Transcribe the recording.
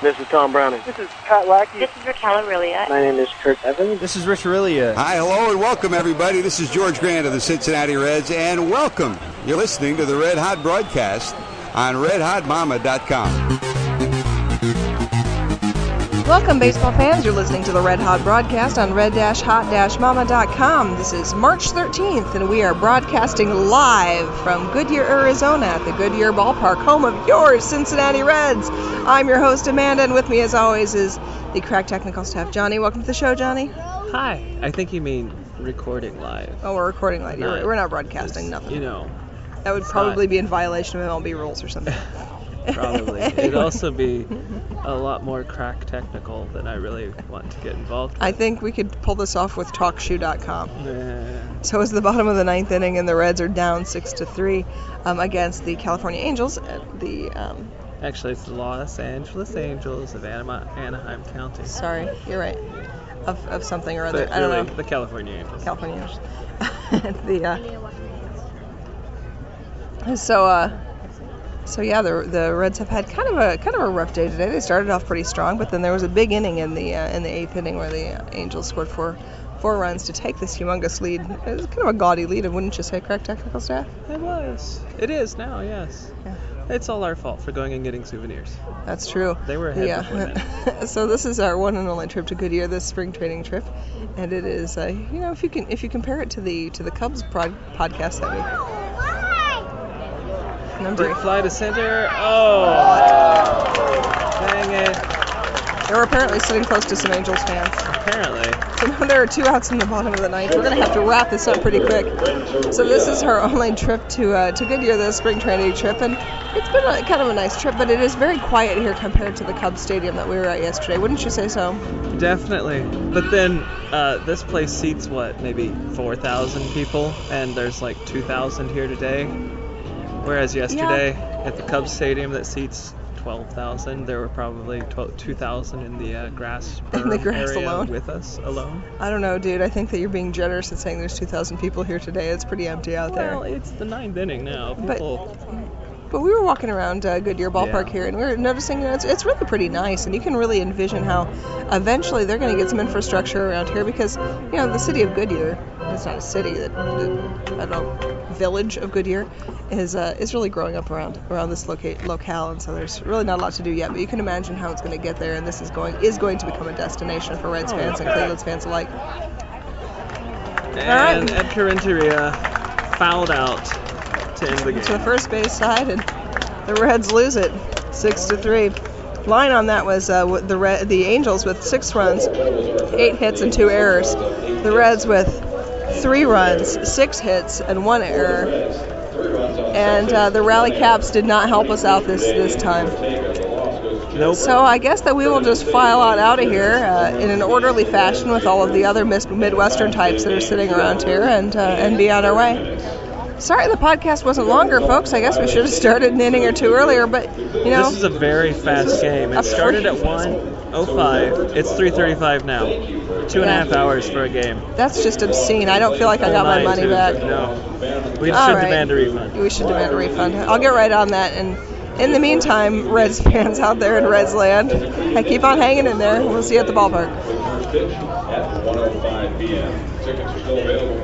This is Tom Browning. This is Pat Lackey. This is Raquel Aurelia. My name is Kurt Evans. This is Rich Aurelia. Hi, hello, and welcome, everybody. This is George Grant of the Cincinnati Reds, and welcome. You're listening to the Red Hot broadcast on redhotmama.com. Welcome, baseball fans. You're listening to the Red Hot broadcast on red-hot-mama.com. This is March 13th, and we are broadcasting live from Goodyear, Arizona at the Goodyear Ballpark, home of your Cincinnati Reds. I'm your host, Amanda, and with me, as always, is the crack technical staff, Johnny. Welcome to the show, Johnny. Hi. I think you mean recording live. Oh, we're recording live. You're right. We're not broadcasting, It's, nothing. You know, that would probably be in violation of MLB rules or something. probably. It'd also be a lot more crack technical than I really want to get involved I think we could pull this off with TalkShoe.com. with. So it's the bottom of the ninth inning, and the Reds are down six to three um, against the California Angels at the. Um, Actually, it's the Los Angeles Angels of Anima- Anaheim County. sorry, you're right. Of, of something or other. But I don't really, know. the California Angels. California Angels. At the. Uh, so. Uh, so yeah, the, the Reds have had kind of a kind of a rough day today. They started off pretty strong, but then there was a big inning in the uh, in the eighth inning where the uh, Angels scored four four runs to take this humongous lead. It was kind of a gaudy lead, wouldn't you say, correct technical staff? It was. It is now, yes. Yeah. It's all our fault for going and getting souvenirs. That's true. They were ahead before Yeah. so this is our one and only trip to Goodyear, this spring training trip, and it is, uh, you know, if you can if you compare it to the to the Cubs prod- podcast that we Did number fly to center. Oh! Dang it. they were apparently sitting close to some Angels fans. Apparently. So now there are two outs in the bottom of the ninth. We're gonna have to wrap this up pretty quick. So this is her only trip to uh, to Goodyear, the spring training trip, and it's been a, kind of a nice trip, but it is very quiet here compared to the Cubs stadium that we were at yesterday. Wouldn't you say so? Definitely. But then uh, this place seats what, maybe 4,000 people, and there's like 2,000 here today. Whereas yesterday at the Cubs Stadium that seats 12,000, there were probably 12 2,000 in the uh, grass, In the berm grass area alone. with us alone. I don't know, dude. I think that you're being generous in saying there's 2,000 people here today. It's pretty empty out there. Well, it's the ninth inning now. But- People, But we were walking around uh, Goodyear Ballpark Yeah. here, and we were noticing you know, it's, it's really pretty nice, and you can really envision how eventually they're going to get some infrastructure around here because, you know, the city of Goodyear, it's not a city, that that- I don't know, village of Goodyear, is uh, is really growing up around around this locate locale, and so there's really not a lot to do yet. But you can imagine how it's going to get there, and this is going is going to become a destination for Reds fans and Cleveland's fans alike. right. and Edgar Renteria fouled out to end the game. to the first base side, and the Reds lose it, six to three. Line on that was uh, with the Red, the Angels with six runs, eight hits and two errors. The Reds with three runs, six hits and one error. And uh, the rally caps did not help us out this this time. Nope. So I guess that we will just file on out of here uh, in an orderly fashion with all of the other mis- Midwestern types that are sitting around here and uh, and be on our way. Sorry the podcast wasn't longer, folks. I guess we should have started an inning or two earlier, but you know. This is a very fast game. It Of started at course. 1:05. It's 3:35 now. Two and a half hours for a game. That's just obscene. I don't feel like I got my Nine, money two. back. No, we should All right. demand a refund. We should demand a refund. I'll get right on that. And in the meantime, Reds fans out there in Reds land, I keep on hanging in there. We'll see you at the ballpark. First pitch at 1:05 p.m. Tickets are still available.